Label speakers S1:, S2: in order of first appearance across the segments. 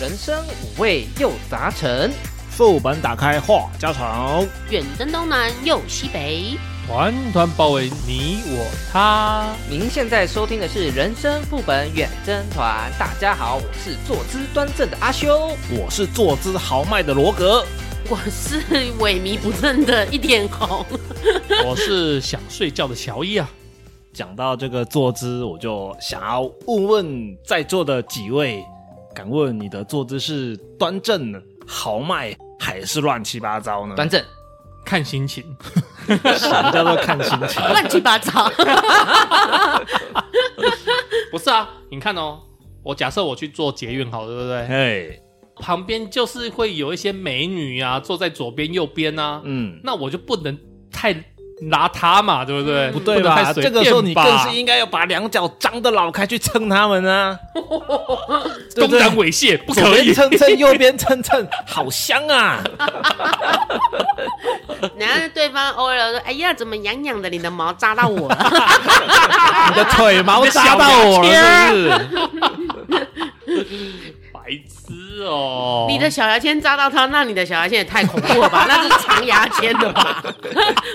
S1: 人生五味又杂陈，
S2: 副本打开话家常，
S3: 远征东南又西北，
S4: 团团包围你我他。
S1: 您现在收听的是《人生副本远征团》，大家好，我是坐姿端正的阿修。
S2: 我是坐姿豪迈的罗格。
S3: 我是萎靡不振的一点红。
S4: 我是想睡觉的乔伊啊，
S2: 讲到这个坐姿，我就想要问问在座的几位，敢问你的坐姿是端正、豪迈，还是乱七八糟呢？
S1: 端正，
S4: 看心 情。
S2: 什么叫做看心情？
S3: 乱七八 糟。
S4: 不是啊，你看哦，我假设我去做捷运好了，对不对？
S2: 嘿，
S4: 旁边就是会有一些美女啊，坐在左边、右边啊，
S2: 嗯，
S4: 那我就不能太邋遢嘛，对不对？
S3: 嗯
S2: 不对
S4: 能
S2: 吧？
S4: 太随
S2: 这
S4: 便
S2: 个时候你更
S4: 吧
S2: 是应该要把两脚张得老开去撑他们 啊，对不
S4: 公
S2: 对
S4: 然猥亵，不
S2: 左
S4: 可以
S2: 边。蹭蹭，右边蹭蹭，好香 啊！
S3: 然后对方 OL 说：“哎呀，怎么痒痒的？你的毛扎到我 了。
S2: 你的腿毛
S4: 你的小
S2: 扎到我了，是不是？
S4: 白痴哦！
S3: 你的小牙签扎到他，那你的小牙签也太恐怖了 吧？那是长牙签的吧？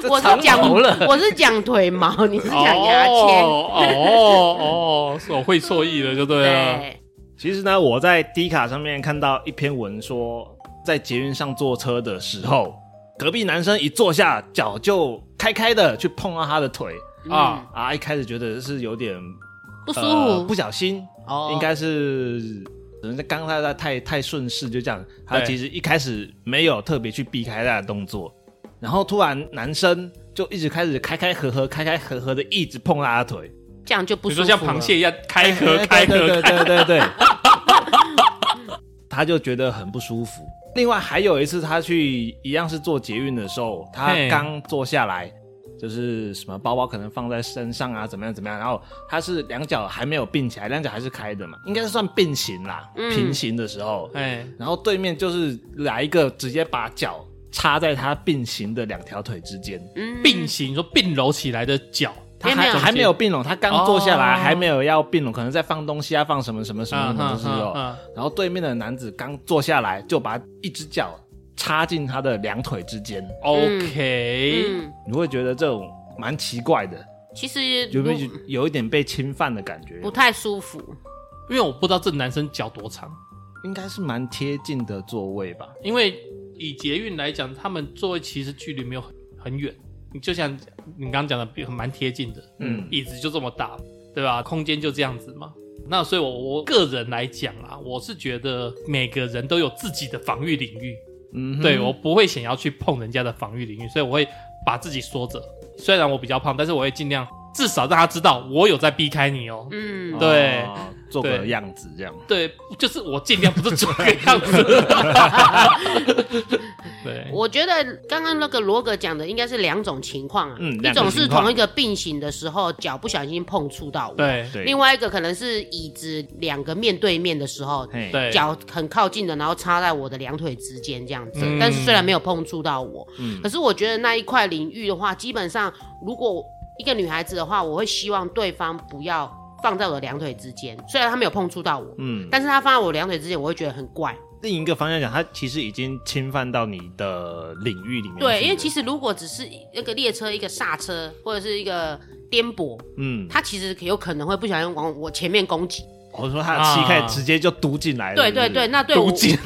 S3: 我是讲
S1: 毛了
S3: 我是讲腿毛，你是讲牙签。
S4: 哦哦哦，是我会错意了，就对了。
S3: 对，啊
S2: 其实呢，我在 D 卡上面看到一篇文说，在捷运上坐车的时候，隔壁男生一坐下，脚就开开的去碰到他的腿
S4: 啊
S3: 啊，
S2: 啊，一开始觉得是有点
S3: 不舒
S2: 呃
S3: 服，
S2: 不小心，
S3: 哦
S2: 应该是人家刚才太太顺势就这样，他
S4: 对
S2: 其实一开始没有特别去避开他的动作，然后突然男生就一直开始开开合合，开开合合的一直碰他的腿，
S3: 这样就不
S4: 比
S3: 舒
S4: 如
S3: 服
S4: 说
S3: 了。
S4: 像螃蟹一样开合
S2: 哎
S4: 开合
S2: 对对
S4: 开
S2: 对对对， 他就觉得很不舒服。另外还有一次，他去一样是坐捷运的时候，他
S4: 嘿
S2: 刚坐下来，就是什么包包可能放在身上啊，怎么样怎么样，然后他是两脚还没有并起来，两脚还是开的嘛，应该是算并行啦，
S3: 嗯
S2: 平行的时候，
S4: 哎，
S2: 然后对面就是来一个直接把脚插在他并行的两条腿之间，
S3: 嗯
S4: 并行说并揉起来的脚，
S2: 他
S3: 没
S2: 还
S3: 有
S2: 还没有并拢，他刚坐下来，
S4: 哦
S2: 还没有要并拢，可能在放东西啊，放什么什么什么哦什么的时候，
S4: 嗯
S2: 然后对面的男子刚坐下来，就把一只脚插进他的两腿之间，嗯
S4: ，OK，
S3: 嗯，
S2: 你会觉得这种蛮奇怪的，
S3: 其实
S2: 有没
S3: 如
S2: 有有一点被侵犯的感觉
S3: 不？太舒服。
S4: 因为我不知道这男生脚多长，
S2: 应该是蛮贴近的座位吧？
S4: 因为以捷运来讲，他们座位其实距离没有很很远，你就像你刚刚讲的，比蛮贴近的，
S2: 嗯
S4: 椅子就这么大，对吧？空间就这样子嘛。那所以我，我个人来讲啊，我是觉得每个人都有自己的防御领域，
S2: 嗯哼，
S4: 对我不会想要去碰人家的防御领域，所以我会把自己缩着。虽然我比较胖，但是我会尽量至少让他知道我有在避开你哦。
S3: 嗯，
S4: 对
S2: 哦做个
S4: 对
S2: 样子这样。
S4: 对，就是我尽量不是这个样 子。对，
S3: 我觉得刚刚那个罗格讲的应该是两种情况啊，
S2: 嗯
S3: 一
S2: 两个
S3: 种是
S2: 情况
S3: 同一个并行的时候脚不小心碰触到我，，
S4: 对
S2: 对，
S3: 另外一个可能是椅子两个面对面的时候，
S2: 嘿，
S4: 对，
S3: 脚很靠近的，然后插在我的两腿之间这样子，
S4: 嗯
S3: 但是虽然没有碰触到我，
S2: 嗯
S3: 可是我觉得那一块领域的话，基本上如果一个女孩子的话，我会希望对方不要放在我的两腿之间，虽然他没有碰触到我，
S2: 嗯，
S3: 但是他放在我两腿之间，我会觉得很怪。
S2: 另一个方向讲，他其实已经侵犯到你的领域里面去了。
S3: 对，因为其
S2: 实
S3: 实如果只是那个列车一个刹车或者是一个颠簸，
S2: 嗯，
S3: 它其实有可能会不小心往我前面攻击。
S2: 我哦说他的膝盖
S4: 啊
S2: 直接就嘟进来了。
S3: 对
S2: 是不
S3: 对
S2: 是
S3: 对，，那对
S2: 嘟
S3: 我
S2: 进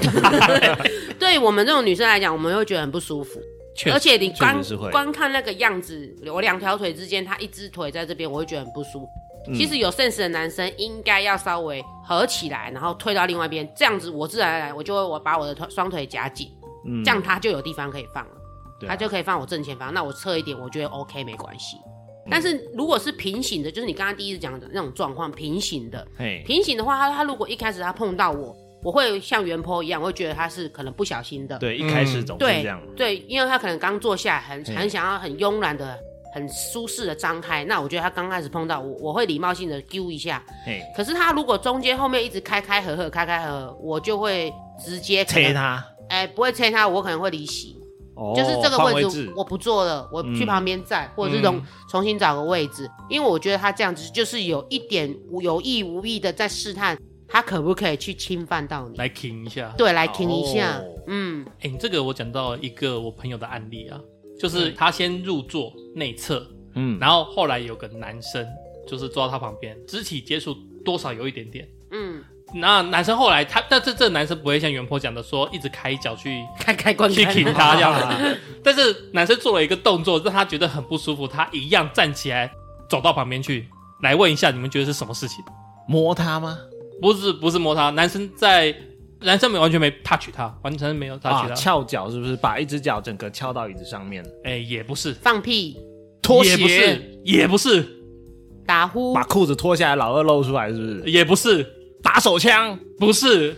S3: 对我们这种女生来讲，我们会觉得很不舒服。
S4: 确实
S3: 而且你
S2: 实
S3: 光
S2: 是会
S3: 光看那个样子，我两条腿之间，他一只腿在这边，我会觉得很不舒服。
S2: 嗯
S3: 其实有 sense 的男生应该要稍微合起来，然后退到另外一边，这样子我自然而然我就会我把我的腿双腿夹紧，
S2: 嗯
S3: 这样他就有地方可以放了。
S2: 对啊
S3: 他就可以放我正前方，那我侧一点，我觉得 OK 没关系。
S2: 嗯
S3: 但是如果是平行的，就是你刚刚第一次讲的那种状况，平行的，
S2: 嘿，
S3: 平行的话，他他如果一开始他碰到我，我会像原坡一样，我会觉得他是可能不小心的，
S2: 对，一开始总是
S3: 嗯对
S2: 这样。
S3: 对，因为他可能刚坐下，很
S2: 嘿
S3: 很想要很慵懒的、很舒适的张开，那我觉得他刚开始碰到我，我会礼貌性的揪一下。
S2: 嘿，
S3: 可是他如果中间后面一直开开合合、开开合合，我就会直接可能
S2: 切，他，
S3: 哎、不会切他，我可能会离席。
S2: 哦
S3: 就是这个
S2: 换
S3: 位
S2: 位
S3: 置我不坐了，我去
S2: 嗯
S3: 旁边站，或者是重重新找个位置，因为我觉得他这样子就是有一点无有意无意的在试探他可不可以去侵犯到你？
S4: 来停一下。
S3: 对，来听一下，
S2: 哦
S3: 嗯，
S4: 哎、你这个我讲到一个我朋友的案例啊，就是
S3: 嗯
S4: 他先入座内侧，
S2: 嗯，
S4: 然后后来有个男生就是坐到他旁边，肢体接触多少有一点点。
S3: 嗯，
S4: 那男生后来他，但这这男生不会像袁坡讲的说一直开一脚去
S3: 开开关
S4: 去
S3: 关，
S4: 挺他这样
S2: 嗯
S4: 子，但是男生做了一个动作让他觉得很不舒服，他一样站起来走到旁边去来问一下，你们觉得是什么事情？
S2: 摸他吗？
S4: 不是不是摸他，男生在男生没完全没 touch 他，完全没有 touch
S2: 啊，
S4: 他，
S2: 翘脚是不是把一只脚整个翘到椅子上面？
S4: 哎、也不是，
S3: 放
S2: 啊
S3: 屁、
S2: 脱
S4: 也不
S2: 鞋，
S4: 是，也不是，
S3: 打呼
S2: 把、裤子脱下来，老二露出来，是不是？
S4: 也不是，
S2: 打手枪，
S4: 不是，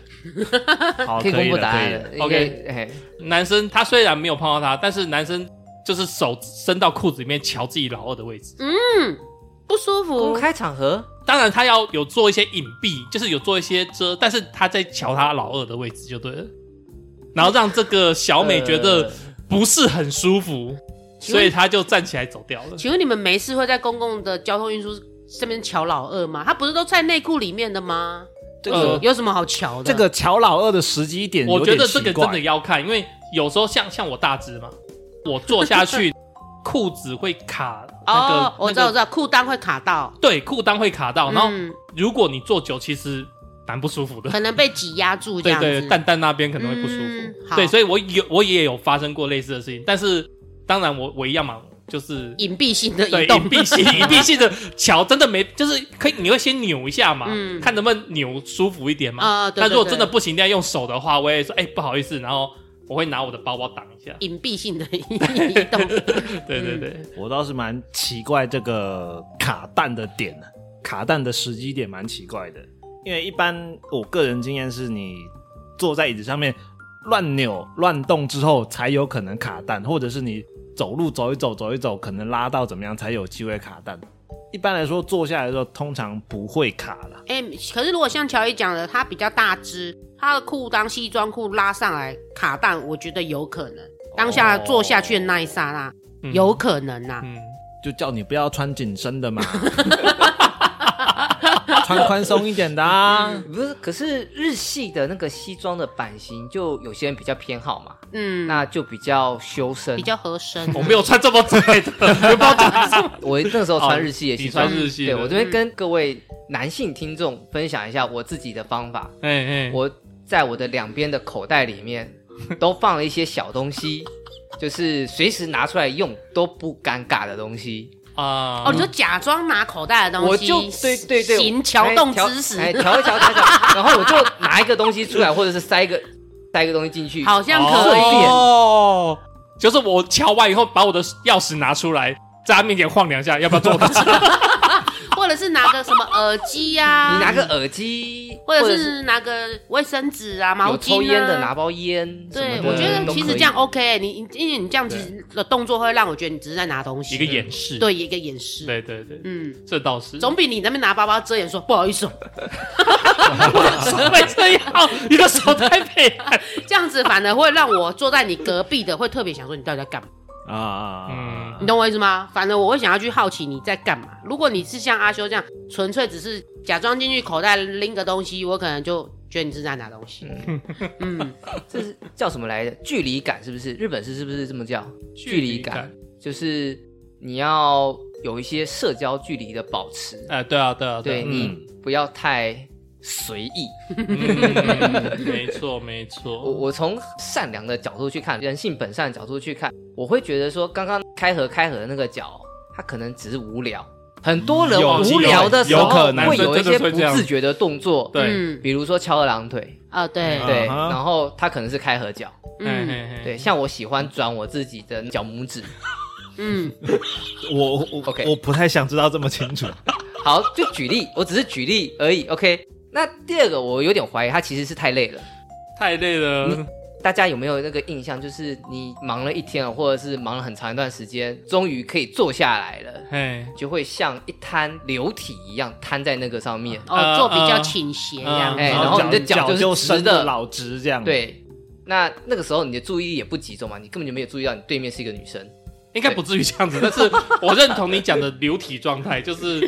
S2: 好，
S1: 可以公布
S2: 了
S1: 答案
S2: 可以了
S1: 了。
S4: OK
S1: 应该哎，
S4: 男生他虽然没有碰到他，但是男生就是手伸到裤子里面瞧自己老二的位置。
S3: 不舒
S1: 公
S3: 服，
S1: 开场合
S4: 当然他要有做一些隐蔽，就是有做一些遮，但是他在瞧他老二的位置就对了，然后让这个小美觉得
S1: 呃
S4: 不是很舒服，
S3: 请
S4: 所
S3: 问
S4: 以他就站起来走掉了。
S3: 请问你们没事会在公共的交通运输上面瞧老二吗？他不是都在内裤里面的吗？
S2: 这个
S4: 呃
S3: 有什么好瞧的？哦
S2: 这个瞧老二的时机点，
S4: 我觉得这个真的，要看，因为有时候像像我大只嘛，我坐下 去裤子会卡那个，
S3: 哦，我知道，我
S4: 那个
S3: 知道，裤裆会卡到，
S4: 对，裤�裆会卡到，然后
S3: 嗯、
S4: 如果你坐久，其实蛮不舒服的。
S3: 可能被挤压住这
S4: 对
S3: 样子。
S4: 对，蛋蛋那边可能会不舒
S3: 嗯
S4: 服。
S3: 好
S4: 对，所以我有我也有发生过类似的事情，但是当然我我一样嘛，就是
S3: 隐蔽性的
S4: 对
S3: 移
S4: 隐
S3: 动，
S4: 蔽性隐蔽性的桥真的没，就是可以你会先扭一下嘛，
S3: 嗯
S4: 看能不能扭舒服一点嘛。
S3: 啊，对
S4: 那
S3: 对
S4: 如果真的
S3: 对
S4: 不行，一定要用手的话，我也说哎、不好意思，然后我会拿我的包包挡一下。
S3: 隐蔽性的 移动，
S4: 对
S3: 嗯
S4: 对对，
S2: 我倒是蛮奇怪这个卡蛋的点呢，卡蛋的时机点蛮奇怪的，因为一般我个人经验是你坐在椅子上面乱扭乱动之后才有可能卡蛋，或者是你走路走一走走一走，可能拉到怎么样才有机会卡蛋。一般来说，坐下来的时候通常不会卡啦。
S3: 哎、可是如果像乔伊讲的，他比较大只，他的裤裆、西装裤拉上来卡裆，我觉得有可能。当下坐下去的那一刹那，
S4: 嗯
S3: 有可能啊呐、
S4: 嗯，
S2: 就叫你不要穿紧身的嘛，穿宽松一点的啊。
S1: 不是，可是日系的那个西装的版型，就有些人比较偏好嘛，
S3: 嗯，
S1: 那就比较修身。
S3: 比较合身、
S4: 我没有穿这么窄的， 我包讲什么
S1: 我那时候穿日系的
S4: 哦你
S1: 西装，
S4: 你穿日系的
S1: 对我这边跟各位男性听众分享一下我自己的方法。
S4: 哎哎，
S1: 我在我的两边的口袋里面都放了一些小东西，就是随时拿出来用都不尴尬的东西。
S4: 啊，
S3: 哦，你就假装拿口袋的
S1: 我
S3: 东西，
S1: 就对对对，
S3: 行桥动
S1: 哎调
S3: 之时，
S1: 哎，调一调 调一调，然后我就拿一个东西出来，或者是塞一个塞一个东西进去，
S3: 好像可以。啊
S4: 哦，就是我敲完以后，把我的钥匙拿出来，在他面前晃两下，要不要做我的车？
S3: 或者是拿个什么耳机呀、
S1: 你拿个耳机，
S3: 或者是拿个卫生纸啊、毛
S1: 有
S3: 巾啊。
S1: 抽烟的拿包烟什么
S3: 对，
S1: 的，
S3: 我觉得
S1: 都
S3: 其
S1: 可
S3: 实
S1: 以
S3: 这样 OK，、你你因为你这样其实的动作会让我觉得你只是在拿东西，
S4: 一个掩饰，
S3: 对一个掩饰，
S4: 对对对，
S3: 嗯，
S4: 这倒是。
S3: 总比你那边拿包包遮掩说不好意思，哦
S4: 会这样？你的手太配了。
S3: 这样子反而会让我坐在你隔壁的会特别想说你到底在干嘛，
S2: 啊啊啊！
S3: 你懂我意思吗？反而我会想要去好奇你在干嘛。如果你是像阿修这样，纯粹只是假装进去口袋拎个东西，我可能就觉得你是在拿东西。嗯，
S1: 这是叫什么来着？距离感是不是？日本是是不是这么叫？
S4: 距离感
S1: 感就是你要有一些社交距离的保持，
S4: 哎，对啊，对啊，
S1: 对
S4: 啊
S1: 你
S2: 嗯
S1: 不要太随意。
S4: 嗯没错没
S3: 嗯
S1: 我
S4: 错。
S1: 我从善良的角度去看，人性本善的角度去看，我会觉得说，刚刚开合开合的那个角，他可能只是无聊。很多人
S4: 嗯有
S1: 无聊的时候
S2: 有可能
S1: 会有一些
S4: 男生真的会
S1: 不
S4: 这样
S1: 自觉的动作，
S4: 对
S3: 嗯，
S1: 比如说翘二郎腿，
S3: 啊，对，
S2: 嗯
S1: 对，
S2: 啊哈
S1: 然后他可能是开合脚，
S4: 嘿
S3: 嗯
S4: 嘿嘿
S1: 对，像我喜欢转我自己的脚拇指，
S3: 嗯，
S2: 我我
S1: OK
S2: 我不太想知道这么清楚。
S1: 好，就举例，我只是举例而已，OK。那第二个，我有点怀疑他其实是太累了。
S4: 太累了。
S1: 大家有没有那个印象，就是你忙了一天，或者是忙了很长一段时间，终于可以坐下来了，
S4: 嘿，
S1: 就会像一滩流体一样瘫在那个上面，
S2: 啊
S3: 哦，
S4: 呃
S3: 做比较倾斜这样子。
S1: 哎然后你的脚
S2: 脚
S1: 就是
S2: 就
S1: 直
S2: 伸
S1: 的
S2: 得老直这样。，
S1: 对。那那个时候你的注意力也不集中嘛，你根本就没有注意到你对面是一个女生，
S4: 应该不至于这样子，但是 我认同你讲的流体状态，就是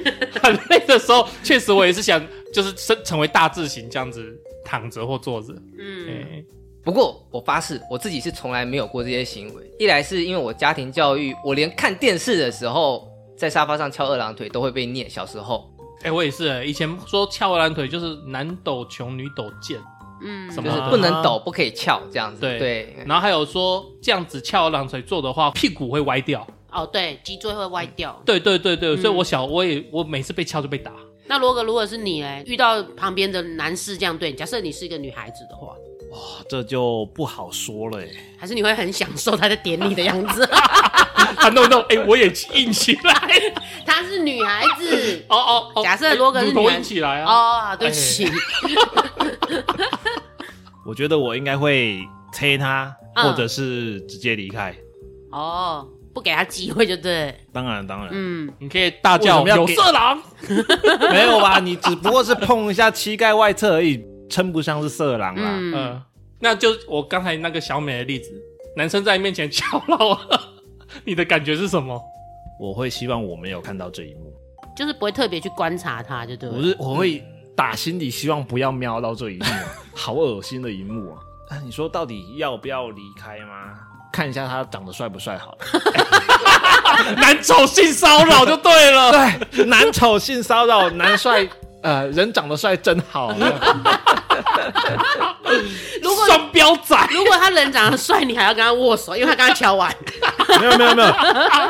S4: 很累的时候，确实我也是想就是成成为大字型这样子躺着或坐着。
S3: 嗯，
S4: 哎
S1: 不过我发誓，我自己是从来没有过这些行为。一来是因为我家庭教育，我连看电视的时候在沙发上翘二郎腿都会被念。小时候
S4: 哎，我也是，哎以前说翘二郎腿就是男抖穷，女抖贱，
S3: 嗯，
S4: 什
S1: 就
S4: 么啊
S1: 是不能抖，不可以翘这样子。
S4: 对
S1: 对，
S4: 然后还有说这样子翘二郎腿坐的话，屁股会歪掉。
S3: 哦，对，脊椎会歪掉。
S4: 对对对对，
S3: 嗯
S4: 所以我小我也我每次被敲就被打，
S3: 那罗格，如果是你嘞，遇到旁边的男士这样对你，假设你是一个女孩子的话，
S2: 哇，这就不好说了耶。欸
S3: 还是你会很享受他在点你的样子？
S4: 啊 no no，哎，我也硬起来。
S3: 她是女孩子
S4: 哦哦 哦，
S3: 假设罗格是
S4: 乳头
S3: 女人
S4: 硬起来啊，
S3: 哦，对不起，
S2: 我觉得我应该会推他，
S3: 嗯
S2: 或者是直接离开。
S3: 哦，不给他机会就对，
S2: 当然，当然，
S3: 嗯，
S4: 你可以大叫
S2: 为什么要
S4: 有
S2: 给
S4: 色狼。
S1: 嗯
S2: 没有吧？你只不过是碰一下膝盖外侧而已，称不上是色狼啦。
S3: 嗯，
S4: 嗯，那就我刚才那个小美的例子，男生在你面前敲到了， 你的感觉是什 么？
S2: 我会希望我没有看到这一幕，
S3: 就是不会特别去观察他，就对了。
S2: 我是我会打心底希望不要瞄到这一幕啊， 好恶心的一幕啊！啊你说到底要不要离开吗？看一下他长得帅不帅好了。
S4: 男丑性骚扰就对了。
S2: 对，男丑性骚扰，男 帅，呃，人长得帅真 好。
S3: 如果
S4: 双标仔，
S3: 如果他人长得帅，你还要跟他握手，因为他刚刚敲完。
S2: 没有没有没有，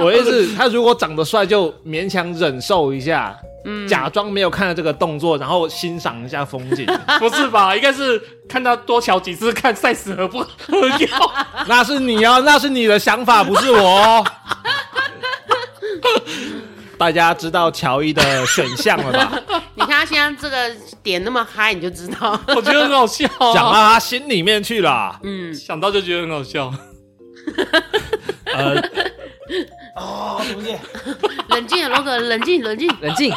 S2: 我意思，他如果长得帅，就勉强忍受一下，假装没有看到这个动作，然后欣赏一下风景，
S4: 不是吧？应该是看他多瞧几次，看赛死合不合 腰。
S2: 那是你哦，那是你的想法，不是我哦。 大家知道乔伊的选项了吧？
S3: 你看他现在这个点那么嗨，你就知道。
S4: 我觉得很好笑、啊，
S2: 讲到他心里面去了。
S3: 嗯，
S4: 想到就觉得很好笑。
S2: 呃，哦，不是，
S3: 冷静啊，罗格，冷静，冷静。
S1: 冷静。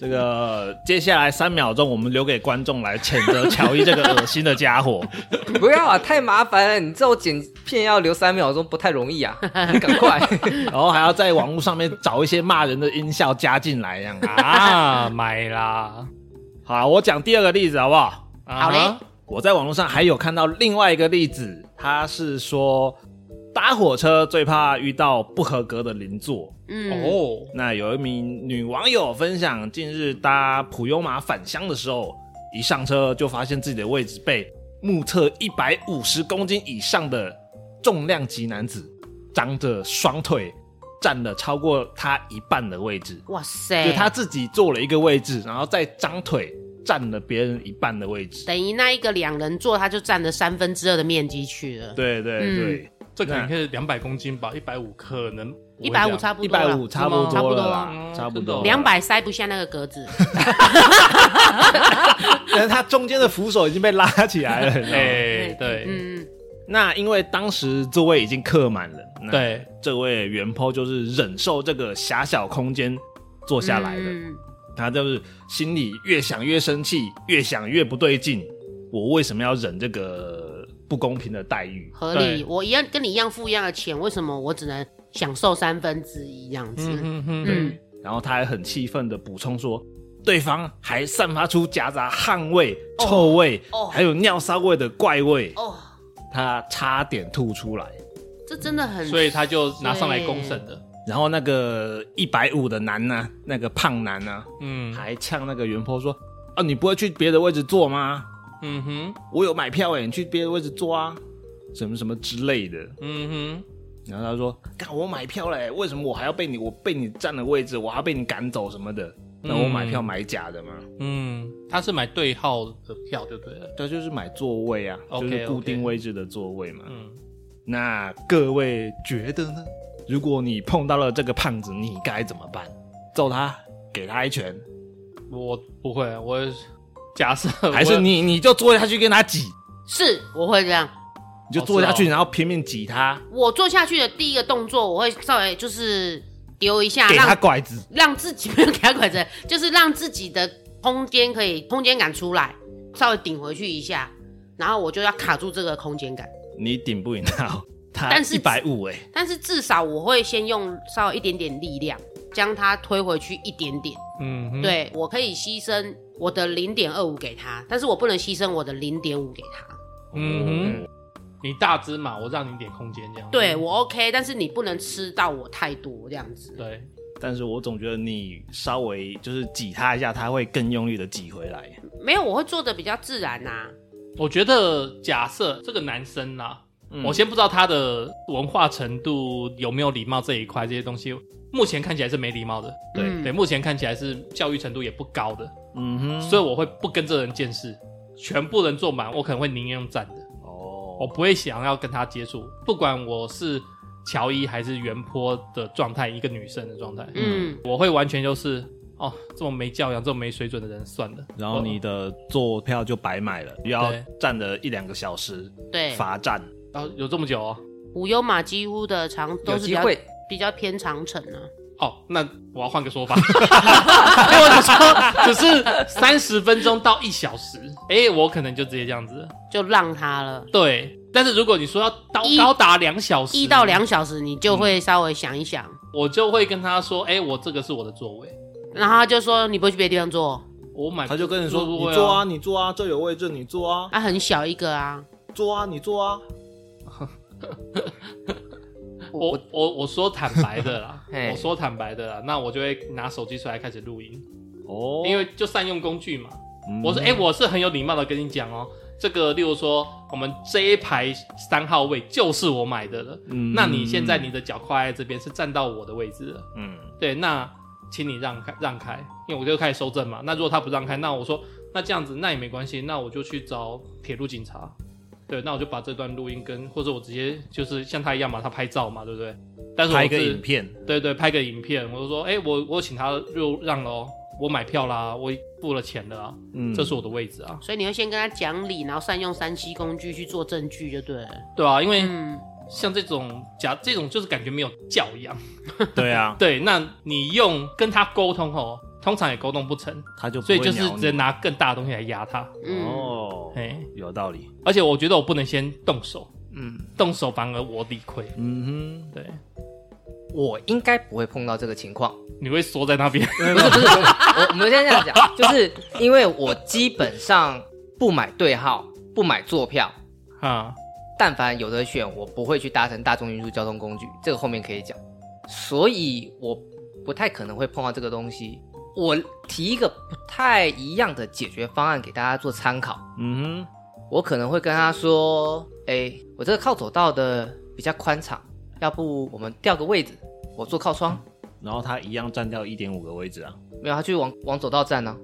S2: 这个接下来三秒钟，我们留给观众来谴责乔伊这个恶心的家伙。
S1: 不要啊，太麻烦了！你知道我剪片要留三秒钟不太容易啊，你赶 快。
S2: 然后还要在网络上面找一些骂人的音效加进来，这样啊。
S4: 啊，买啦！
S2: 好，我讲第二个例子好不好？
S4: 啊
S3: 好嘞，
S2: 我在网络上还有看到另外一个例子，他是说搭火车最怕遇到不合格的邻座。
S3: 嗯，
S4: 哦，
S2: 那有一名女网友分享，近日搭普悠玛返乡的时候，一上车就发现自己的位置被目测一百五十公斤以上的重量级男子张着双腿占了超过他一半的位置。
S3: 哇
S2: 就
S3: 塞，
S2: 他自己坐了一个位置，然后再张腿占了别人一半的位置。
S3: 等于那一个两人座，他就占了三分之二的面积去了。
S2: 对对
S3: 嗯
S2: 对，
S4: 这可能是两百公斤吧，一百五可能
S3: 一百五差不
S2: 一
S3: 多
S2: 百
S3: 了
S2: 五，差不
S4: 差
S3: 不
S2: 多
S3: 多
S2: 了
S4: 啊
S2: 啦，差不
S4: 真的
S2: 多
S4: 哦
S2: 了。
S3: 两百塞不下那个格子。
S2: 但是他中间的扶手已经被拉起来 了。
S4: 哎、
S2: 哎，
S4: 对
S3: 嗯，
S2: 那因为当时座位已经客满了，那
S4: 对，
S2: 这位原 po 就是忍受这个狭小空间坐下来的，
S3: 嗯
S2: 他就是心里越想越生气，越想越不对劲，我为什么要忍这个不公平的待遇？
S3: 合
S4: 对
S3: 理。我一样跟你一样付一样的钱，为什么我只能享受三分之一这样子？
S4: 嗯嗯嗯，
S3: 嗯，
S2: 然后他还很气愤的补充说，对方还散发出夹杂汗味、臭味、
S3: 哦
S2: 还有尿骚味的怪味，
S3: 哦，
S2: 他差点吐出来。
S3: 这真的很，
S4: 所以他就拿上来公审的。
S2: 然后那个一百五的男呢，那个胖男呢，
S4: 嗯
S2: 还呛那个袁坡说：“啊，你不会去别的位置坐吗？
S4: 嗯哼
S2: 我有买票哎，你去别的位置坐啊，什么什么之类的。”
S4: 嗯
S2: 然后他说：“干，我买票嘞，为什么我还要被你，我被你占了位置，我还要被你赶走什么的？那我买票买假的吗？
S4: 哼嗯，他是买对号的票就对了。
S2: 他啊就是买座位啊
S4: OK，
S2: 就是固定
S4: OK
S2: 位置的座位嘛。
S4: 嗯，
S2: 那各位觉得呢？如果你碰到了这个胖子，你该怎么办？揍他，给他一拳，
S4: 我不会，我假设
S2: 还是你你就坐下去跟他挤，
S3: 是我会这样。
S2: 你就坐下
S4: 哦
S2: 去，
S4: 是哦
S2: 然后拼命挤他，
S3: 我做下去的第一个动作，我会稍微就是丢一下，
S2: 给他
S3: 让
S2: 拐子。
S3: 让自己没有给他拐着， 就是让自己的空间可以空间感出来，稍微顶回去一下，然后我就要卡住这个空间感。
S2: 你顶不赢他哦，他
S3: 但是
S2: 一百五哎，
S3: 但是至少我会先用稍微一点点力量将它推回去一点点。
S4: 嗯哼，
S3: 对我可以牺牲我的零点二五给他，但是我不能牺牲我的零点五给他。
S4: 嗯哼，你大只嘛，我让你一点空间这样。
S3: 对我 OK，但是你不能吃到我太多这样子。
S4: 对，
S2: 但是我总觉得你稍微就是挤他一下，他会更用力的挤回来。
S3: 没有，我会做的比较自然呐、啊
S4: 我觉得假设这个男生啊啦、
S2: 嗯
S4: 我先不知道他的文化程度有没有礼貌这一块这些东西，目前看起来是没礼貌的。
S2: 对
S3: 嗯
S4: 对，目前看起来是教育程度也不高的，
S2: 嗯哼，
S4: 所以我会不跟这人见识，全部人坐满，我可能会宁愿用站的，我
S2: 哦，
S4: 不会想要跟他接触，不管我是乔伊还是原坡的状态，一个女生的状态，
S3: 嗯，
S4: 我会完全就是哦，这么没教养、这么没水准的人算了。
S2: 然后你的坐票就白买了，又要
S4: 对
S2: 站了一两个小时，
S3: 对，
S2: 罚站。
S4: 然后有这么久哦，
S3: 无忧马几乎的长都
S1: 有
S3: 是比
S1: 机
S3: 较
S1: 会
S3: 比较偏长啊城呢、
S4: 哦，那我要换个说法，因 为我说只是三十分钟到一小时，哎，我可能就直接这样子。
S3: 就让他了。
S4: 对，但是如果你说要到
S3: 一
S4: 高达两小时，
S3: 一到，两小时，你就会稍微想一想，
S4: 我就会跟他说，哎，我这个是我的座位，
S3: 然后他就说你不会去别的地方坐，
S4: 我买，
S2: 他就跟你说：“
S4: 座
S2: 你
S4: 位
S2: 坐啊，，你坐啊，这有位置，你坐啊，
S3: 他、很小一个啊，
S2: 坐啊，你坐啊。
S4: 我我我说坦白的 啦
S1: 嘿，
S4: 我说坦白的啦，那我就会拿手机出来开始录音，”
S2: 哦，
S4: 因为就善用工具嘛。
S2: 嗯
S4: 我说，哎、我是很有礼貌的跟你讲哦，这个例如说我们这一排三号位就是我买的了，
S2: 嗯
S4: 那你现在你的脚跨在这边是站到我的位置了，
S2: 嗯，
S4: 对，那请你让开让开，因为我就开始收证嘛。那如果他不让开，那我说那这样子那也没关系，那我就去找铁路警察。对，那我就把这段录音跟或者我直接就是像他一样嘛，他拍照嘛，对不对？但是
S2: 嗯
S4: 我
S2: 拍一个
S4: 哎是
S2: 影片，
S4: 对对，拍个影片，我就说，哎、我我请他就让喽，我买票啦，我付了钱的啊，
S2: 嗯
S4: 这是我的位置啊，
S3: 所以你会先跟他讲理，然后善用三七工具去做证据，就对了。
S4: 对啊，因为
S3: 嗯，
S4: 像这种假这种就是感觉没有教养，
S2: 对啊，
S4: 对，那你用跟他沟通哦，通常也沟通不成，
S2: 他就不
S4: 所
S2: 会
S4: 以就是
S2: 鸟
S4: 只
S2: 你
S4: 能拿更大的东西来压他，
S3: 嗯
S2: 哦，
S4: 哎，
S2: 有道理。
S4: 而且我觉得我不能先动手，
S1: 嗯，
S4: 动手反而我理亏，
S2: 嗯
S4: 对，
S1: 我应该不会碰到这个情况。
S4: 你会缩在那边，
S1: 不 是不是，我我们先这样讲，就是因为我基本上不买对号，不买坐票，
S4: 啊，
S1: 但凡有得选，我不会去搭乘大众运输交通工具，这个后面可以讲。所以我不太可能会碰到这个东西。我提一个不太一样的解决方案给大家做参考。
S2: 哼，嗯
S1: 我可能会跟他说：“哎，我这个靠走道的比较宽敞，要不我们调个位置，我坐靠窗。
S2: 哼，然后他一样占掉一点五个位置啊。”
S1: 没有，他去往往走道站呢、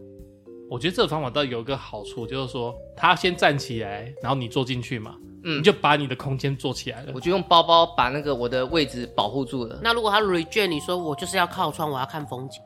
S4: 我觉得这个方法倒有一个好处，就是说他先站起来，然后你坐进去嘛，
S1: 嗯
S4: 你就把你的空间做起来了
S1: 我。就用包包把那个我的位置保护住了。
S3: 那如果他 reject 你说我就是要靠窗，我要看风景，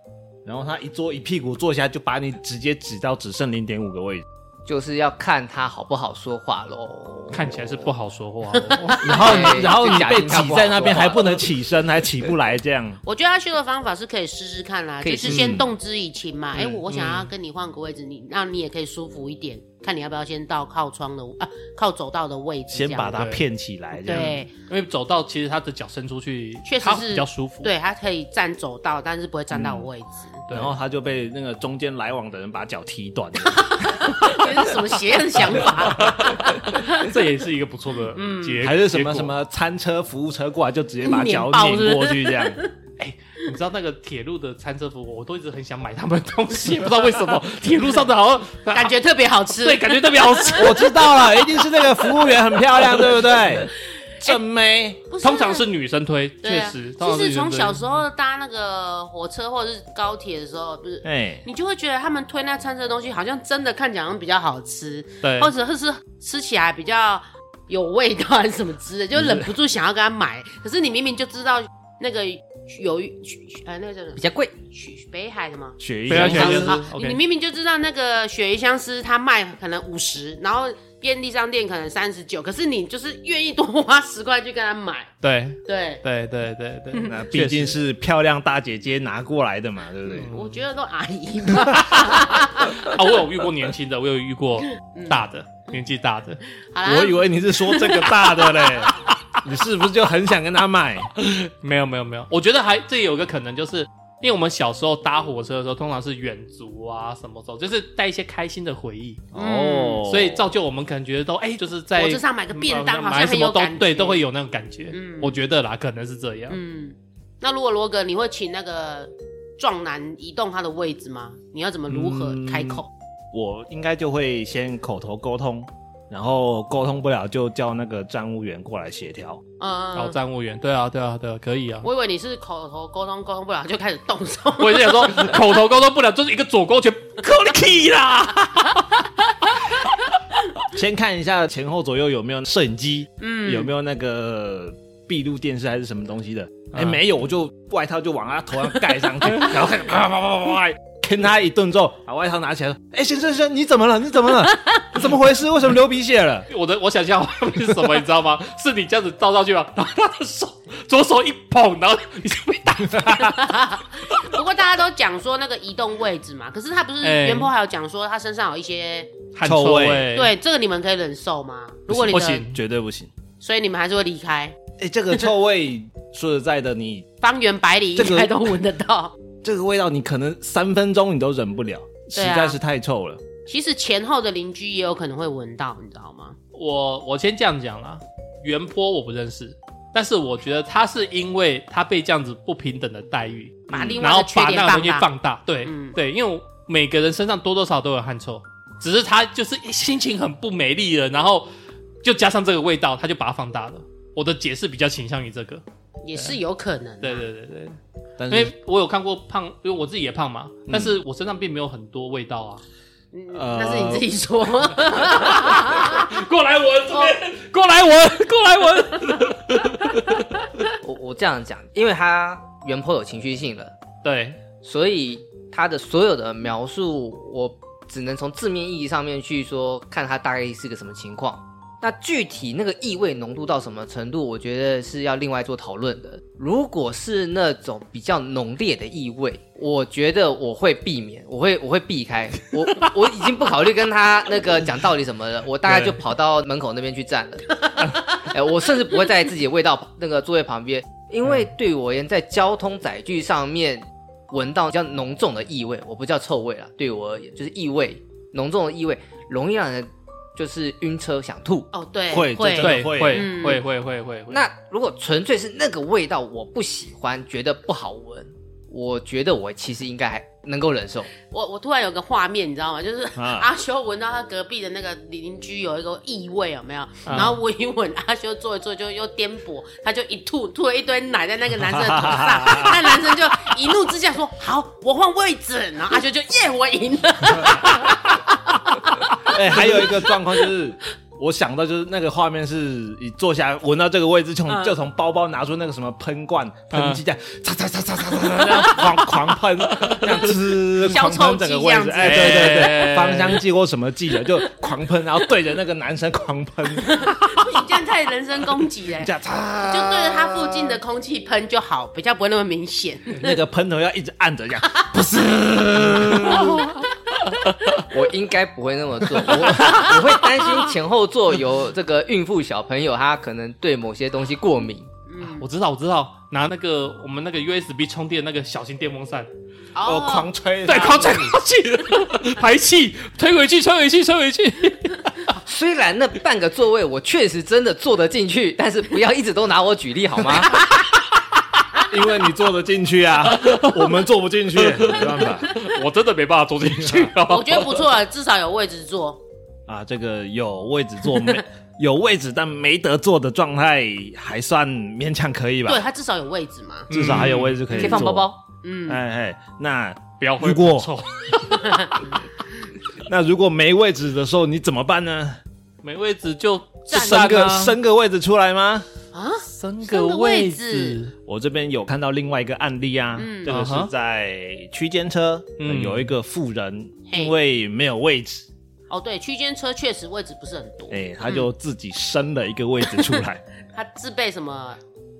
S2: 然后他一坐一屁股坐下，就把你直接挤到只剩零点五个位置。
S1: 就是要看他好不好说话喽。
S4: 看起来是不好说话哦、
S2: 然后你
S1: 对
S2: 然后
S1: 就
S2: 你
S1: 假
S2: 被
S1: 定他
S2: 挤
S1: 不好
S2: 在那边
S1: 说话
S2: 还不能起身，还起不来这样。
S3: 我觉得他修的方法是可以试试看啦，
S1: 可以
S3: 就是
S1: 试试
S3: 先动之以情
S2: 嗯
S3: 嘛。哎、我我想要跟你换个位置，你那你也可以舒服一点，看你要不要先到靠窗的啊，靠走道的位置这
S2: 先
S3: 样，
S2: 把它骗起来，这样。
S3: 对
S4: 因为走道其实他的脚伸出去，
S3: 确实
S4: 他
S3: 是
S4: 比较舒服。
S3: 对，他可以站走道，但是不会站到我位置。
S4: 对
S2: 然后他就被那个中间来往的人把脚踢 断了。
S3: 这是什么邪恶的想 法？
S4: 这也是一个不错的结
S2: 还是什么
S4: 结
S2: 什
S4: 果
S2: 么餐车服务车过来就直接把脚
S3: 碾爆是不
S2: 碾
S3: 是
S2: 过去这样，
S4: 你知道那个铁路的餐车服务，我都一直很想买他们的东 西，不知道为什么铁路上的好像
S3: 感觉特别好吃。
S4: 对，感觉特别好吃。
S2: 我知道了，一定是那个服务员很漂亮，对不 对？正妹，
S3: 不啊
S4: 通常是女生推，
S3: 对
S4: 确
S3: 啊
S4: 实。
S3: 其
S4: 通常是
S3: 实
S4: 女生
S3: 从
S4: 推
S3: 小时候搭那个火车或者是高铁的时候，不是
S2: 哎，
S3: 你就会觉得他们推那餐车的东西好像真的看起来好像比较好吃，
S4: 对
S3: 或，者是吃起来比较有味道还是什么之类，就
S4: 嗯
S3: 忍不住想要跟他买。可是你明明就知道那个有一呃那个叫什么
S1: 比较贵，
S3: 雪北海什么。
S2: 雪一
S4: 不要雪
S2: 香
S4: 一
S2: 是
S4: 香
S3: 啊
S4: 嗯，OK
S3: 你明明就知道那个鳕鱼香丝它卖可能五十，然后便利商店可能三十九，可是你就是愿意多花十块去跟他买，
S4: 对
S3: 对，
S4: 对对对对，
S2: 那
S4: 确
S2: 毕
S4: 实
S2: 竟是漂亮大姐姐拿过来的嘛，对不对？嗯
S3: 我觉得都阿姨吧，
S4: 啊，我有遇过年轻的，我有嗯遇过大的，年纪大的，
S3: 好啦，
S2: 我以为你是说这个大的嘞，你是不是就很想跟他买？
S4: 没有没有没有，我觉得还这也有一个可能，就是因为我们小时候搭火车的时候，通常是远足啊，什么时候就是带一些开心的回忆，
S3: 嗯
S2: 哦，
S4: 所以造就我们感觉都哎、就是在
S3: 火车上买个便当好像
S4: 买什
S3: 很
S4: 么
S3: 有
S4: 都
S3: 感觉
S4: 对，都会有那种感觉。
S3: 嗯
S4: 我觉得啦，可能是这样。
S3: 嗯，那如果罗哥，你会请那个壮男移动他的位置吗？你要怎么如何
S2: 嗯
S3: 开口？
S2: 我应该就会先口头沟通，然后沟通不了就叫那个站务员过来协调。
S4: 然后
S3: 嗯，
S4: 站务员，对啊对啊对啊，可以啊。
S3: 我以为你是口头沟通沟通不了就开始动手，
S4: 我也是想说，口头沟通不了，就是一个左勾拳，扣你 key 啦。
S2: 先看一下前后左右有没有摄影机，
S3: 嗯，
S2: 有没有那个闭路电视还是什么东西的？哎、
S4: 嗯
S2: 没有，我就外套就往他头上盖上去，然后开始啪啪啪啪啪啪，坑他一顿之后，把外套拿起来说：“哎、先生先生，你怎么了？你怎么了？你怎么回事？为什么流鼻血了？”
S4: 我的我想象画面是什么，你知道吗？是你这样子倒上去吧，然后他的手左手一捧，然后你就 被打。
S3: 不过大家都讲说那个移动位置嘛，可是他不是
S4: 哎
S3: 袁坡还有讲说他身上有一些，
S4: 汗
S2: 臭味
S4: 味，
S3: 对这个你们可以忍受吗？如果你
S4: 不
S3: 的，
S4: 行，
S2: 绝对不行！
S3: 所以你们还是会离开，
S2: 哎、这个臭味，说实在的，你
S3: 方圆百里
S2: 这个
S3: 应该都闻得到。
S2: 这个味道，你可能三分钟你都忍不了，实
S3: 对啊
S2: 在是太臭了。
S3: 其实前后的邻居也有可能会闻到，你知道吗？
S4: 我我先这样讲啦，袁坡我不认识，但是我觉得他是因为他被这样子不平等的待遇，嗯
S3: 把另外
S4: 然
S3: 的
S4: 后
S3: 缺
S4: 把
S3: 点
S4: 那个
S3: 放
S4: 东西
S3: 大。
S4: 放大，对、
S3: 嗯
S4: 对，因为每个人身上多多少少都有汗臭，只是他就是心情很不美丽了，然后就加上这个味道，他就把它放大了。我的解释比较倾向于这个，
S3: 也是有可能、啊。
S4: 对对对对，
S2: 但
S4: 因
S2: 是
S4: 为我有看过胖，因为我自己也胖嘛，但是我身上并没有很多味道啊。
S3: 嗯，
S2: 呃
S3: 那是你自己说。
S4: 过来闻这边，过来闻，过来闻。
S1: 我我这样讲，因为他原颇有情绪性了，
S4: 对，
S1: 所以他的所有的描述，我只能从字面意义上面去说，看他大概是个什么情况。那具体那个异味浓度到什么程度，我觉得是要另外做讨论的。如果是那种比较浓烈的异味，我觉得我会避免，我会我会避开， 我我已经不考虑跟他那个讲道理什么了，我大概就
S4: 对
S1: 跑到门口那边去站了。哎，我甚至不会在自己的味道那个座位旁边，因为对我而言，在交通载具上面闻到比较浓重的异味，我不叫臭味啦，对我而言就是异味，浓重的异味容易让人就是晕车想吐。
S3: 哦，对，
S2: 会这真的
S4: 对，
S2: 会
S4: 会
S3: 嗯
S4: 会会会会会。
S1: 那如果纯粹是那个味道我不喜欢，觉得不好闻，我觉得我其实应该还能够忍受。
S3: 我我突然有个画面，你知道吗？就是
S2: 啊
S3: 阿修闻到他隔壁的那个邻居有一个异味，有没
S2: 啊
S3: 有？然后闻一闻，阿修坐一坐就又颠簸，他就一吐，吐了一堆奶在那个男生的头 上，那男生就一怒之下说：“好，我换位置。”然后阿修就耶，我赢了。
S2: 哎、还有一个状况就是，我想到就是那个画面是，你坐下来闻到这个味之从、
S3: 嗯
S2: 就从包包拿出那个什么喷罐、喷剂这样，擦擦擦擦擦擦擦，这样狂狂喷，这样滋，
S3: 消
S2: 狂
S3: 臭
S2: 喷整个位
S3: 剂这样
S2: 置，
S3: 子
S2: 哎、对对对，
S4: 哎
S2: 芳香剂或什么剂的就狂喷，然后对着那个男生狂喷，
S3: 不行，这样太人身攻击 嘞、
S2: 这样擦，
S3: 就对着他附近的空气喷就好，比较不会那么 明显。
S2: 那个喷头要一直按着这样，
S1: 我应该不会那么做，我我会担心前后座有这个孕妇小朋友，她可能对某些东西过敏。
S3: 嗯，
S4: 我知道，我知道，拿那个我们那个 USB 充电那个小型电风扇，
S2: 我、
S3: 哦
S2: 狂吹，
S4: 对，狂吹空气， 排气，推回去，推回去，推回去。
S1: 虽然那半个座位我确实真的坐得进去，但是不要一直都拿我举例好吗？
S2: 因为你坐得进去啊，我们坐不进去，没办 法
S4: 我真的没办法坐进 去啊！
S3: 我觉得不错了，至少有位置 坐。
S2: 啊。这个有位置坐没有位置但没得坐的状态，还算勉强可以吧
S3: 对，？他至少有位置嘛。
S2: 至少还
S4: 嗯
S2: 有位置可以
S1: 可
S2: 坐
S1: 以放包。包。
S3: 嗯，
S2: 哎哎，那
S4: 不要会
S2: 如果
S4: 臭，
S2: 那如果没位置的时候，你怎么办呢？
S4: 没位置就
S3: 站啊
S2: 升个升个位置出来吗？
S3: 啊，
S4: 升
S3: 个
S4: 个
S3: 位
S4: 位
S3: 置
S4: 置，
S2: 我这边有看到另外一个案例啊，
S3: 嗯
S2: 这个是
S4: 啊哈
S2: 在区间车，
S4: 嗯
S2: 有一个妇人
S3: 嘿
S2: 因为没有位置，
S3: 哦对，区间车确实位置不是很多，
S2: 哎，他就自己升了一个位置出来。
S3: 他自备什么？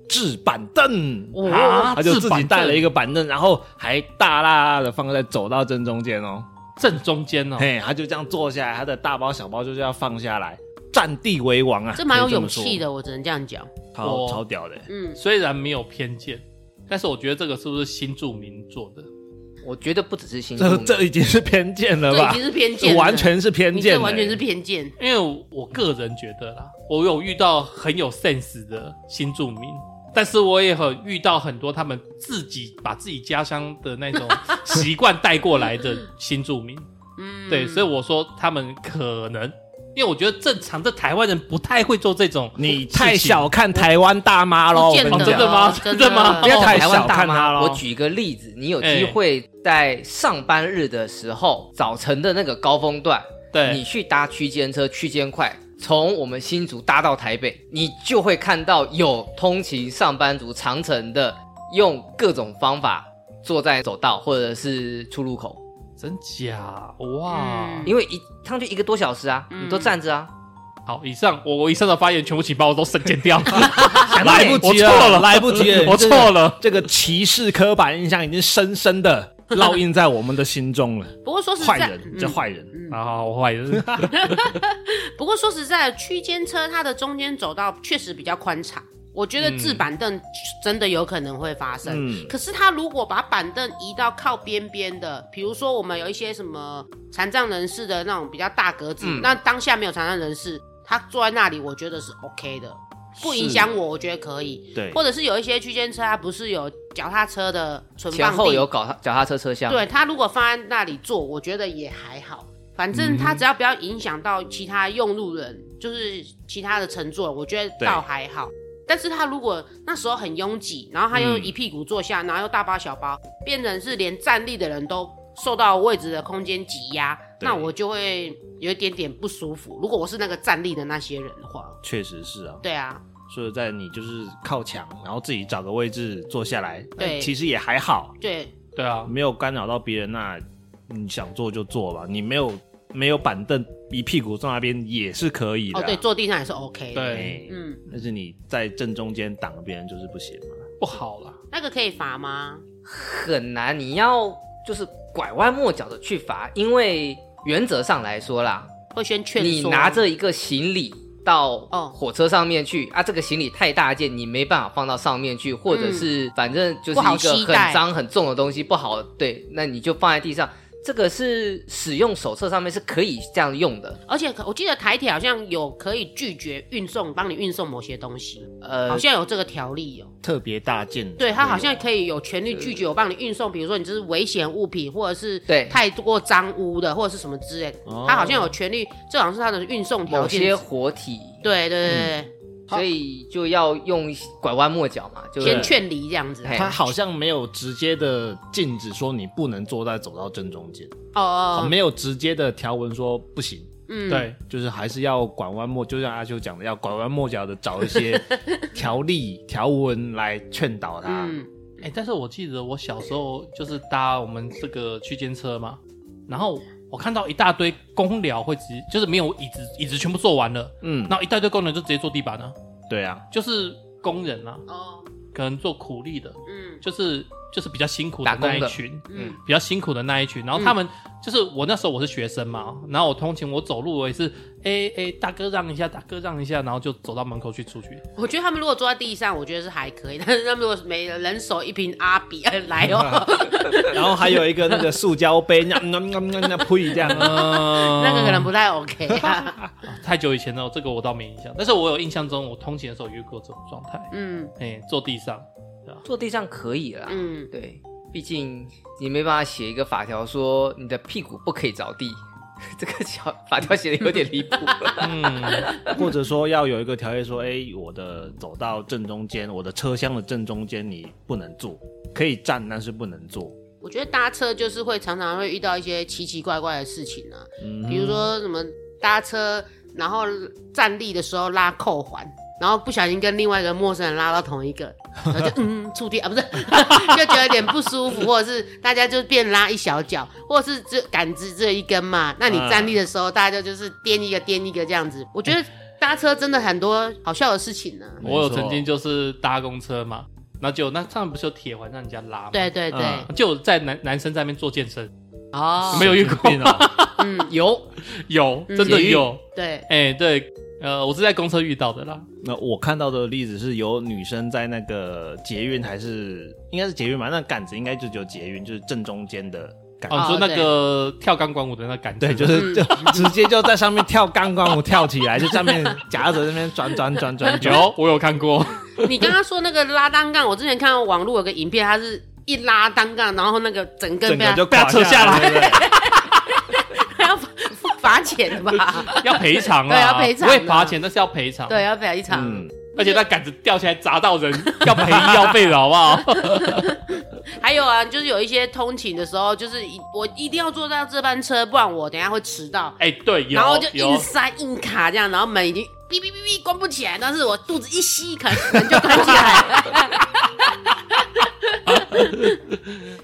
S2: 制板凳
S4: 哦
S2: 啊，他就自
S4: 制
S2: 己
S4: 板凳
S2: 带了一个板凳，然后还大大拉的放在走到正中间哦。
S4: 正中间哦。
S2: 嘿，他就这样坐下来，他的大包小包就是要放下来，占地为王啊，
S3: 这蛮有
S2: 可以
S3: 勇
S2: 么说
S3: 气，的，我只能这样讲。
S2: 超
S4: 我
S2: 超屌的欸、
S3: 嗯，
S4: 虽然没有偏见，但是我觉得这个是不是新著名做的？
S1: 我觉得不只是新
S2: 这
S1: 住
S2: 这已经是偏见了
S3: 这已
S2: 吧
S3: 经？是偏见了，
S2: 完全是偏
S3: 你
S2: 见、
S3: 这
S2: 欸，
S3: 完全是偏见。
S4: 因为我个人觉得啦，我有遇到很有 sense 的新住民，但是我也很遇到很多他们自己把自己家乡的那种习惯带过来的新住民。
S3: 嗯，
S4: 对，所以我说他们可能，因为我觉得正常的台湾人不太会做这种。
S2: 你太小看台湾大妈喽！
S3: 不
S2: 我
S3: 见
S2: 跟
S3: 得
S2: 你讲
S3: 哦，
S4: 真的吗
S3: 真
S4: 真的吗
S2: 不要太
S1: 台湾
S2: 小
S1: 大
S2: 看他
S1: 妈，
S2: 喽
S1: 我举个例子，你有机会在上班日的时候，早晨的那个高峰段，你
S4: 对，
S1: 去搭区间车、区间快，从我们新竹搭到台北，你就会看到有通勤上班族长城的，用各种方法坐在走道或者是出入口，
S4: 真假哇？
S3: 嗯
S1: 因为一上去一个多小时啊，
S3: 嗯
S1: 你都站着啊，
S4: 好，以上我我以上的发言全部请把我都删减掉，
S2: 来不及
S4: 我错了，
S2: 来不及了，
S4: 我
S2: 这个
S4: 错了。
S2: 这个歧视刻板印象已经深深的烙印在我们的心中了。
S3: 不过说实
S2: 坏
S3: 在，
S2: 人，这
S3: 嗯
S2: 坏人，
S4: 好好，我坏人。
S3: 不过说实在的，区间车它的中间走道确实比较宽敞，我觉得置板凳真的有可能会发生。
S2: 嗯
S3: 可是他如果把板凳移到靠边边的，比如说我们有一些什么残障人士的那种比较大格子，
S1: 嗯
S3: 那当下没有残障人士，他坐在那里，我觉得是 OK 的，不影响我，我觉得可以。
S2: 对
S3: 或者是有一些区间车，它不是有脚踏车的存
S1: 前
S3: 放
S1: 后
S3: 地
S1: 有搞脚踏车车厢，
S3: 对他如果放在那里坐，我觉得也还好。反正
S2: 嗯
S3: 他只要不要影响到其他用路人，就是其他的乘坐，我觉得倒还好。但是他如果那时候很拥挤，然后他又
S2: 嗯
S3: 一屁股坐下，然后又大包小包，变成是连站立的人都受到位置的空间挤压，
S2: 对
S3: 那我就会有一点点不舒服。如果我是那个站立的那些人的话，
S2: 确实是啊。
S3: 对啊，
S2: 所以在你就是靠墙，然后自己找个位置坐下来，
S3: 对
S2: 哎其实也还好，
S3: 对，
S4: 对啊，
S2: 没有干扰到别人。那你想坐就坐吧，你没有没有板凳，一屁股坐那边也是可以的
S3: 哦
S2: 啊。
S3: 对，坐地上也是 OK 的。
S4: 对，
S2: 哎，
S3: 嗯，
S2: 但是你在正中间挡别人就是不行嘛。
S4: 不好啦。
S3: 那个可以罚吗？
S1: 很难，你要就是拐弯抹角的去罚，因为原则上来说啦，
S3: 会先劝
S1: 你
S3: 说
S1: 拿着一个行李到
S3: 哦
S1: 火车上面去、啊，这个行李太大件，你没办法放到上面去，或者是反正就是
S3: 嗯不好
S1: 一个
S3: 携
S1: 很
S3: 带
S1: 脏很重的东西不好，对，那你就放在地上。这个是使用手册上面是可以这样用的，
S3: 而且可我记得台铁好像有可以拒绝运送，帮你运送某些东西，
S1: 呃
S3: 好，像有这个条例哦。
S2: 特别大件，
S3: 对他好像可以有权利拒绝我帮你运送，比如说你这是危险物品，或者是
S1: 对
S3: 太过脏污的，或者是什么之类的
S2: 哦
S3: 他好像有权利，这好像是他的运送条
S1: 某
S3: 件。
S1: 些活体，
S3: 对对对
S1: 所以就要用拐弯抹角嘛，就
S3: 对，
S1: 是
S3: 先劝离这样
S1: 嗯
S3: 子。哦
S1: 嘿
S2: 他好像没有直接的禁止说你不能坐在走道正中间，
S3: 哦哦，
S2: 没有直接的条文说不行，
S3: 嗯，
S4: 对，
S2: 就是还是要拐弯抹，就像阿修讲的，要拐弯抹角的找一些条例条文来劝导他。
S3: 嗯，
S4: 哎、但是我记得我小时候就是搭我们这个区间车嘛，然后我看到一大堆公寮会直，就是没有椅子，椅子全部坐完了，
S2: 嗯，
S4: 然后一大堆工人就直接坐地板了，
S2: 对啊，
S4: 就是工人啊，
S3: 哦，
S4: 可能做苦力的，
S3: 嗯
S4: 就是就是比较辛苦
S1: 打
S4: 的
S1: 工
S4: 那一
S1: 的
S4: 群，
S3: 嗯
S4: 比较辛苦的那一群，然后他们、就是我那时候我是学生嘛，然后我通勤我走路我也是，哎、哎、大哥让一下，大哥让一下，然后就走到门口去 出去，
S3: 我觉得他们如果坐在地上，我觉得是还可以， 但是他们如果每人手一瓶阿比 来 哦，
S2: 然后还有一个那个塑胶杯，那那那那那呸这样，
S4: 嗯，
S3: 那个可能不
S1: 哦
S3: 太 OK 啊。
S4: 太久以前了，这个我倒没印象，但是我有印象中我通勤的时候有遇过这种状态，
S3: 嗯
S4: 哎、坐地上，
S1: 坐地上可以啦，
S3: 嗯。
S1: 对，毕竟你没办法写一个法条说你的屁股不可以着地， 这个条法条写的有点离谱。
S4: 嗯，
S2: 或者说要有一个条约说，哎、我的走到正中间，我的车厢的正中间你不能坐，可以站，但是不能坐。
S3: 我觉得搭车就是会常常会遇到一些奇奇怪怪的事情啊，比如说什么搭车，然后站立的时候拉扣环，然后不小心跟另外一个陌生人拉到同一个，然后就嗯触电啊，不是， 就觉得有点不舒服，或者是大家就变拉一小角，或者是只杆子只有一根嘛，那你站立的时候大家就就是颠一个颠一个这样子，我觉得搭车真的很多好笑的事情呢、
S2: 没
S4: 我有
S2: 错
S4: 曾经就是搭公车嘛，然后就那上面不是有铁环让人家拉吗？，啊
S3: 对对对，
S2: 嗯
S4: 就有在男男生在那边做健身，
S3: 哦，
S4: 没有遇过
S2: 神经病啊
S3: 嗯，
S1: 有
S4: 有
S3: 嗯
S4: 真的有，
S3: 对，
S4: 哎、对，呃，我是在公车遇到的啦。
S2: 那我看到的例子是有女生在那个捷运还是应该是捷运吧，那杆子应该就只有捷运，就是正中间的杆
S4: 哦，
S2: 子。
S3: 哦
S4: 你说那
S3: 对
S4: 个跳钢管舞的那感觉，
S2: 对，
S3: 嗯
S2: 就是就直接就在上面跳钢管舞跳起来，就上面夹着那边转转转 转转。
S4: 有我有看过，
S3: 你刚刚说那个拉单杠，我之前看到网络有个影片，它是一拉单杠，然后那个整根
S2: 整个
S3: 被他
S2: 就
S4: 被他
S2: 垮
S4: 扯下来
S2: 对不对
S3: 要罚罚钱 吧？
S4: 要赔偿啦，
S3: 对要赔偿
S4: 不会
S3: 啦
S4: 罚钱，但是要赔偿。
S3: 对，，要赔偿。
S2: 嗯，
S4: 而且那杆子掉下来砸到 人，要赔医药费的好不好？
S3: 还有啊，就是有一些通勤的时候，就是一我一定要坐到这班车，不然我等一下会迟到。
S4: 哎，对，有，
S3: 然后就硬
S4: 有，
S3: 塞硬卡这样，然后门已经哔哔哔哔关不起来，但是我肚子一吸，可能门就关起 来了。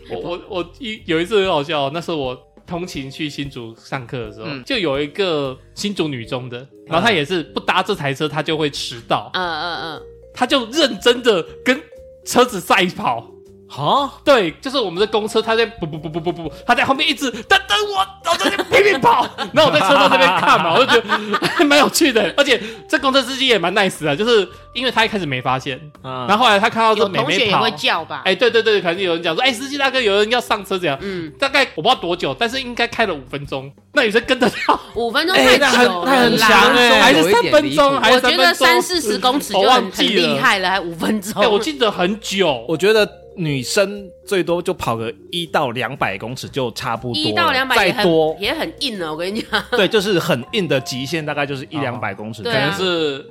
S4: 我我我一有一次很好笑，那时候我通勤去新竹上课的时候，
S1: 嗯
S4: 就有一个新竹女中的，然后她也是不搭这台车，她就会迟到，
S3: 嗯嗯
S4: 她就认真的跟车子赛跑。
S2: 好，
S4: 对，就是我们的公车，她在不不不不不不，她在后面一直等等我，然后在那边拼 命跑，然后我在车头那边看嘛，我就觉得 还蛮有趣的，而且这公车司机也蛮 nice 的，啊就是因为他一开始没发现，
S2: 嗯，
S4: 然后后来他看到
S3: 嗯，有
S4: 说妹
S3: 同学
S4: 妹
S3: 也
S4: 跑
S3: 会，叫吧？
S4: 哎、对对对，可能有人讲说，哎、司机大哥，有人要上车这样，
S3: 嗯，
S4: 大概我不知道多久，但是应该开了五分钟。那女生跟着跳，
S3: 五分钟
S2: 哎
S3: 太
S2: 那很
S3: 久
S2: 那很
S3: 了啦
S2: 强哎
S4: 还是
S1: 有一
S4: 三
S1: 点
S4: 分
S1: 离
S4: 钟，
S1: 谱
S4: 还
S3: 我
S4: 是
S3: 觉
S4: 三
S3: 得
S4: 分
S3: 三
S4: 钟？
S3: 四十公尺就
S4: 我
S3: 很
S4: 忘
S3: 很
S4: 记了
S3: 厉害了，还五分钟。
S4: 哎，我记得很久。
S2: 我觉得女生最多就跑个一到两百公尺就差不多了，
S3: 一到两百也
S2: 再多
S3: 很也很硬了，我跟你讲。
S2: 对，就是很硬的极限，大概就是一两百公尺。
S3: 对
S4: 可
S3: 啊
S4: 能是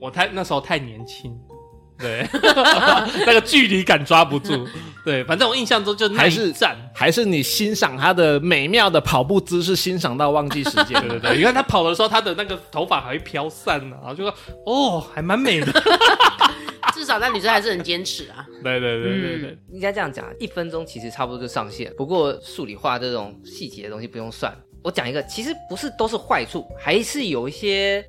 S4: 我太那时候太年轻，对， 那个距离感抓不住。对，反正我印象中就那
S2: 还
S4: 一
S2: 是
S4: 站。
S2: 还是你欣赏她的美妙的跑步姿势，欣赏到忘记时间。
S4: 对对对，你看他跑的时候，他的那个头发还会飘散呢、然后就说哦，还蛮美的。
S3: 至少那女生还是很坚持啊。
S4: 对对对对对，
S1: 应该这样讲，一分钟其实差不多就上限。不过数理化这种细节的东西不用算。我讲一个，其实不是都是坏处，还是有一些，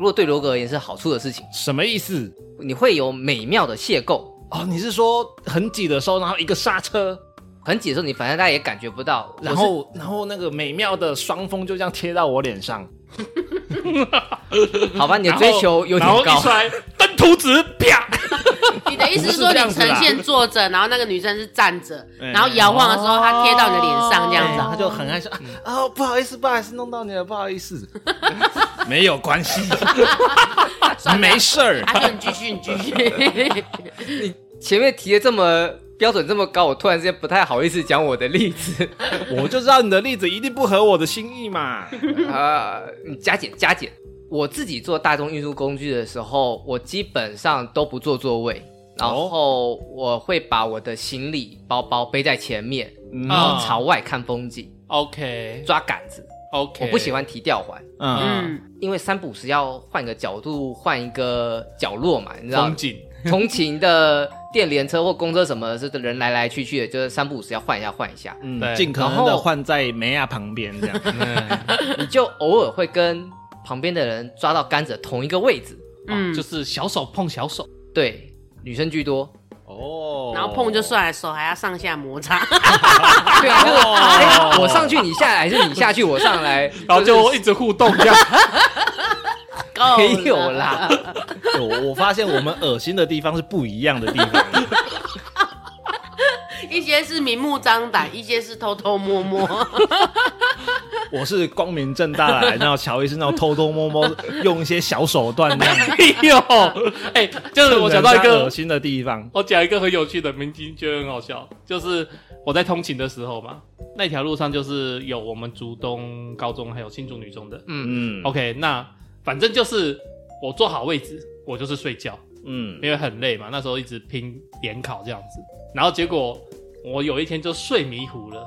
S1: 如果对罗格而言是好处的事情，
S2: 什么意思？
S1: 你会有美妙的邂逅。
S2: 哦，你是说很挤的时候，然后一个刹车，
S1: 很挤的时候，你反正大家也感觉不到，
S2: 然 后然后那个美妙的双峰就这样贴到我脸上，
S1: 我是好吧，你的
S4: 然后
S1: 追求有
S4: 然后
S1: 点
S4: 一
S1: 高
S4: 出，来登徒子，啪！
S3: 你的意思是
S2: 不是
S3: 说，你
S2: 这样子啦
S3: 呈现坐着，然后那个女生是站着，
S2: 哎
S3: 然后摇晃的时候，她贴到你的脸上这样子
S2: 然后
S3: 啊？
S2: 他就很爱说啊、 哦，不好意思，不好意思，弄到你了，不好意思， 没有关系， 没事儿。
S3: 啊，就你继续，你继续。
S1: 前面提的这么标准这么高，我突然之间不太好意思讲我的例子
S2: 我就知道你的例子一定不合我的心意嘛。
S1: 啊、你加减加减。我自己坐大众运输工具的时候，我基本上都不坐座位，然
S4: 哦
S1: 后我会把我的行李包包背在前面，
S2: 嗯
S1: 然后
S4: 啊
S1: 朝外看风景，
S4: OK
S1: 抓杆子。
S4: OK，
S1: 我不喜欢提吊环，
S2: 嗯，
S3: 嗯，
S1: 因为三不五时要换个角度，换一个角落嘛，你知道
S4: 风，景。
S1: 同勤的电联车或公车什么的，是人来来去去的，就是三不五时要换一下换一下。
S2: 嗯，
S4: 对
S2: 尽可
S1: 然
S2: 能
S1: 后
S2: 的换在梅亚旁边这样。
S1: 你就偶尔会跟旁边的人抓到杆子的同一个位置，
S3: 嗯
S4: 嗯，就是小手碰小手，
S1: 对，女生居多，
S2: 哦
S3: 然后碰就。算了，手还要上下摩擦。
S1: 对啊，就是哎我上去你下来，还是你下去我上来，
S4: 然后就是一直互动这样。
S3: 够了
S1: 没有啦，
S2: 对我我发现我们恶心的地方是不一样的地 方。
S3: 一些是明目张胆，一些是偷偷摸 摸。
S2: 我是光明正大的来，然后乔伊是那种偷偷摸摸用一些小手段这 样。
S4: 没有，哎、就是我讲到一
S2: 趁人家
S4: 个
S2: 恶，心的地方，
S4: 我讲一个很有趣的，明星觉得很好笑，就是我在通勤的时候嘛，那条路上就是有我们竹东高中还有新竹女中的。
S1: 嗯，
S2: 嗯
S4: OK，那反正就是我坐好位置，我就是睡觉，
S2: 嗯，
S4: 因为很累嘛，那时候一直拼联考这样子，然后结果我有一天就睡迷糊了，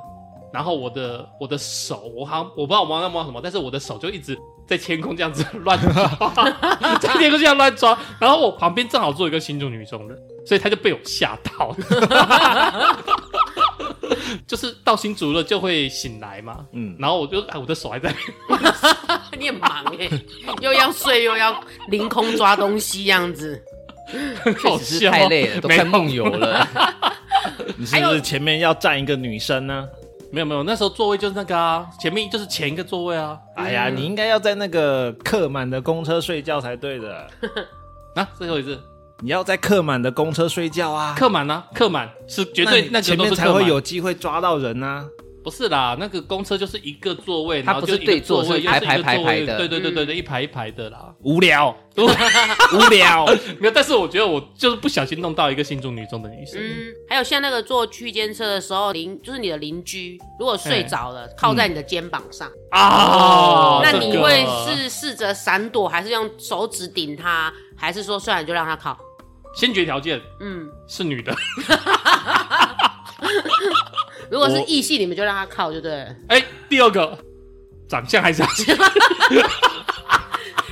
S4: 然后我的我的手，我好像我不知道我忘了摸什么，但是我的手就一直在天空这样子 乱抓，在天空这样乱抓，然后我旁边正好坐一个新竹女中的，所以她就被我吓到了。 就是到新竹了就会醒来嘛，
S2: 嗯
S4: 嗯，然后我就哎我的 手还在
S3: 你很忙哎、又要睡又要凌空抓东西这样子。
S4: 好
S1: 只是
S4: 笑，啊哦
S1: 太累了，都
S4: 没
S1: 快
S4: 有
S1: 梦游了。
S2: 你是
S3: 还
S2: 不
S3: 有
S2: 是前面要站一个女生呢？
S4: 没有没有，那时候座位就是那个啊，前面就是前一个座位啊
S2: 哎呀，你应该要在那个客满的公车睡觉才对的，
S4: 啊，最后一次
S2: 你要在客满的公车睡觉啊，
S4: 客满啊，客满是绝对
S2: 那
S4: 那
S2: 你
S4: 个
S2: 前
S4: 都
S2: 面
S4: 是
S2: 才
S4: 客
S2: 会
S4: 满，
S2: 有机会抓到人啊。
S4: 不是啦，那个公车就是一个座位，
S1: 它
S4: 然后
S1: 不是
S4: 就一个
S1: 对
S4: 座
S1: 坐
S4: 位，
S1: 是
S4: 又
S1: 排
S4: 一
S1: 排
S4: 个
S1: 排
S4: 座
S1: 排
S4: 位
S1: 的
S4: 对对对对对，一排一排的啦。
S2: 无 聊，无聊。
S4: 没有，但是我觉得我就是不小心弄到一个新竹女中的女生，
S3: 嗯，还有像那个坐区间车的时候，邻就是你的邻居，如果睡着了，靠在你的肩膀上，
S4: 啊
S3: 那
S4: 嗯这
S3: 你
S4: 个
S3: 会是试着闪躲，还是用手指顶他，还是说算了就让他靠？
S4: 先决条件
S3: 嗯，
S4: 是女的，
S3: 如果是异性，你们就让他靠，就对了。
S4: 哎，第二个长相还是要先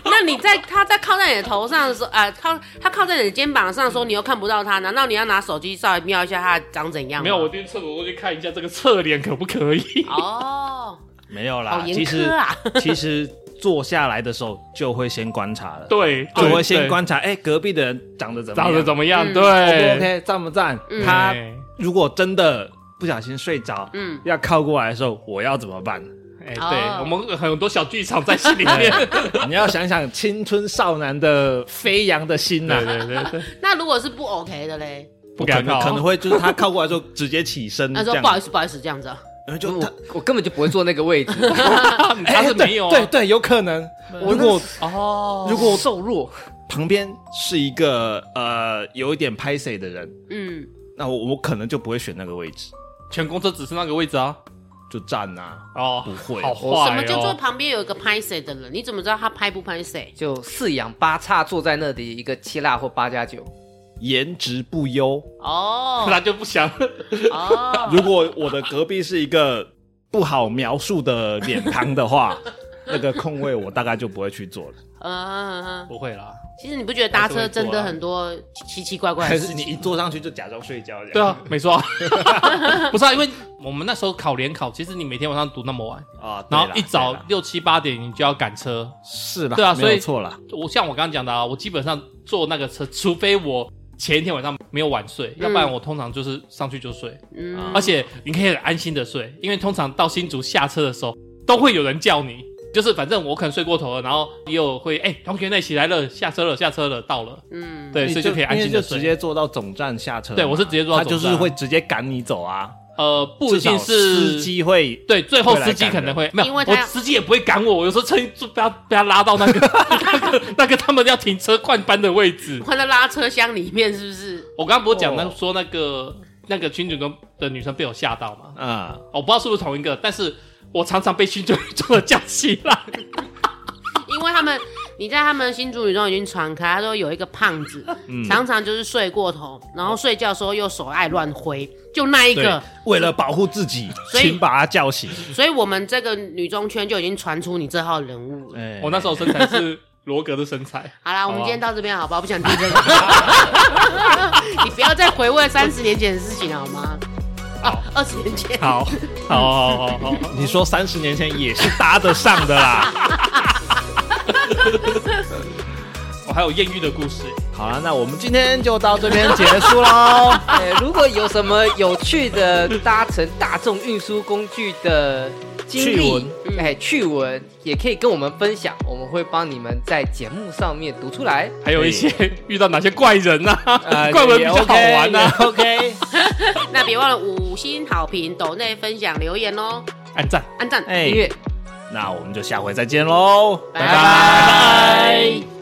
S3: 那你在他在靠在你的头上的时候，啊，靠他靠在你的肩膀上的时候，你又看不到他，难道你要拿手机稍微瞄一下他长怎样吗？
S4: 没有，我去厕所过去看一下这个侧脸可不可以。
S3: 哦，
S2: 没有啦
S3: 好，严
S2: 其实
S3: 苛啊！
S2: 其实坐下来的时候就会先观察了，
S4: 对，
S2: 就
S4: 对
S2: 会先
S4: 对
S2: 观察，哎，隔壁的人长得怎么哎样，
S4: 长得怎么样？
S3: 嗯
S2: 不
S4: 对，
S2: OK，赞不赞？
S3: 嗯
S2: 他
S4: 哎
S2: 如果真的不小心睡着，
S3: 嗯，
S2: 要靠过来的时候，我要怎么 办？
S4: 哎，
S3: 哦
S4: 对，我们很多小剧场在戏里面。
S2: 你要想想青春少男的飞扬的心呐
S4: 对。对对对，
S3: 那如果是不 OK 的嘞，
S4: 不
S2: 可
S4: 敢
S2: 能
S4: 靠，
S2: 可能会就是他靠过来之后直接起身，
S3: 他
S2: 嗯这
S3: 说
S2: 样
S3: 不好意思，不好意思，这样子啊。
S2: 然后就他
S1: 我我根本就不会坐那个位置，
S4: 哦 他是没有啊
S2: 哎对对对，有可能。
S1: 我
S2: 如果
S4: 哦，
S2: 如果
S1: 瘦弱，
S2: 旁边是一个呃有一点拍 C 的人，
S3: 嗯，
S2: 那我我可能就不会选那个位置，
S4: 全公车只剩那个位置啊。
S2: 就站啊，
S4: 哦，
S2: 不会
S4: 好
S3: 什
S4: 坏
S3: 么叫做
S4: 哦。
S3: 旁边有一个拍谁的人？你怎么知道他拍不拍谁？
S1: 就四仰八叉坐在那里一个七辣或八加九，
S2: 颜值不优。
S3: 哦
S4: 他就不想，
S3: 哦，
S2: 如果我的隔壁是一个不好描述的脸庞的话，那个空位我大概就不会去坐了。
S3: 嗯，
S4: 不会啦。
S3: 其实你不觉得搭车真的很多奇奇怪怪
S2: 还
S3: 的
S2: 是
S3: 事
S2: 你一
S3: 情？
S2: 坐上去就假装睡觉这
S4: 对
S2: 样？
S4: 啊，没错啊，不是啊，因为我们那时候考联考，其实你每天晚上读那么晚，
S2: 对啊，
S4: 然后
S2: 对啦
S4: 一早
S2: 对啦
S4: 六七八点你就要赶车。
S2: 是啦，
S4: 对啊
S2: 没
S4: 所以
S2: 有错啦。
S4: 我像我刚刚讲的啊，我基本上坐那个车，除非我前一天晚上没有晚睡，
S3: 嗯
S4: 要不然我通常就是上去就睡，
S3: 嗯
S4: 而且你可以很安心的睡，因为通常到新竹下车的时候都会有人叫你。就是反正我可能睡过头了，然后也有会哎、同学那起来了，下车了，下车了，到了，
S3: 嗯，
S4: 对，所以就可以安
S2: 因
S4: 心
S2: 为
S4: 的
S2: 就
S4: 睡
S2: 直。接坐到总站下车嘛。
S4: 对我是直接坐
S2: 他
S4: 到
S2: 就
S4: 总
S2: 是
S4: 站
S2: 会直接赶你走啊，
S4: 呃，不一定是
S2: 司机会
S4: 对，最后司机可能会没有，
S3: 因为他
S4: 我
S3: 要
S4: 司机也不会赶我。我有时候趁机就被他被他拉到那 个那个那个他们要停车换班的位置。
S3: 换到拉车厢里面是不是？
S4: 我刚刚不是讲那
S2: 哦
S4: 说那个那个群主中的女生被我吓到吗？
S2: 啊，
S4: 我不知道是不是同一个，但是我常常被群主 中的叫起 来。
S3: 因为他们你在他们新主语中已经传开，他说有一个胖子，常常就是睡过头，然后睡觉的时候又手爱乱挥，就那一
S2: 对
S3: 个，，
S2: 为了保护自己，
S3: 所以
S2: 请把他叫醒。
S3: 所以我们这个女中圈就已经传出你这号人物了。
S2: 哎
S4: 我那时候身材是罗格的身材，
S3: 好啦，我们
S4: 好啊
S3: 今天到这边好不好？不想听这个，你不要再回味三十年前的事情了好吗？啊，二十年
S2: 哎
S3: 前。
S4: 好，好，好，好，好，好
S2: 你说三十年前也是搭得上的啦。
S4: 我哦还有艳遇的故事。
S2: 好了，那我们今天就到这边结束 喽。
S1: 呃，如果有什么有趣的搭乘大众运输工具的经
S2: 趣
S1: 历
S2: 闻，
S1: 哎，趣闻也可以跟我们分享，我们会帮你们在节目上面读出来。
S4: 还有一些 遇到哪些怪人呐、
S2: 呃
S4: 怪文比较好玩啊呐、
S2: 也 OK，
S3: 那别忘了五星好评、抖内分享、留言哦，
S4: 按哎赞。
S3: 按赞。
S2: 哎
S1: 音乐，
S2: 那我们就下回再见喽，
S1: 拜拜
S3: 拜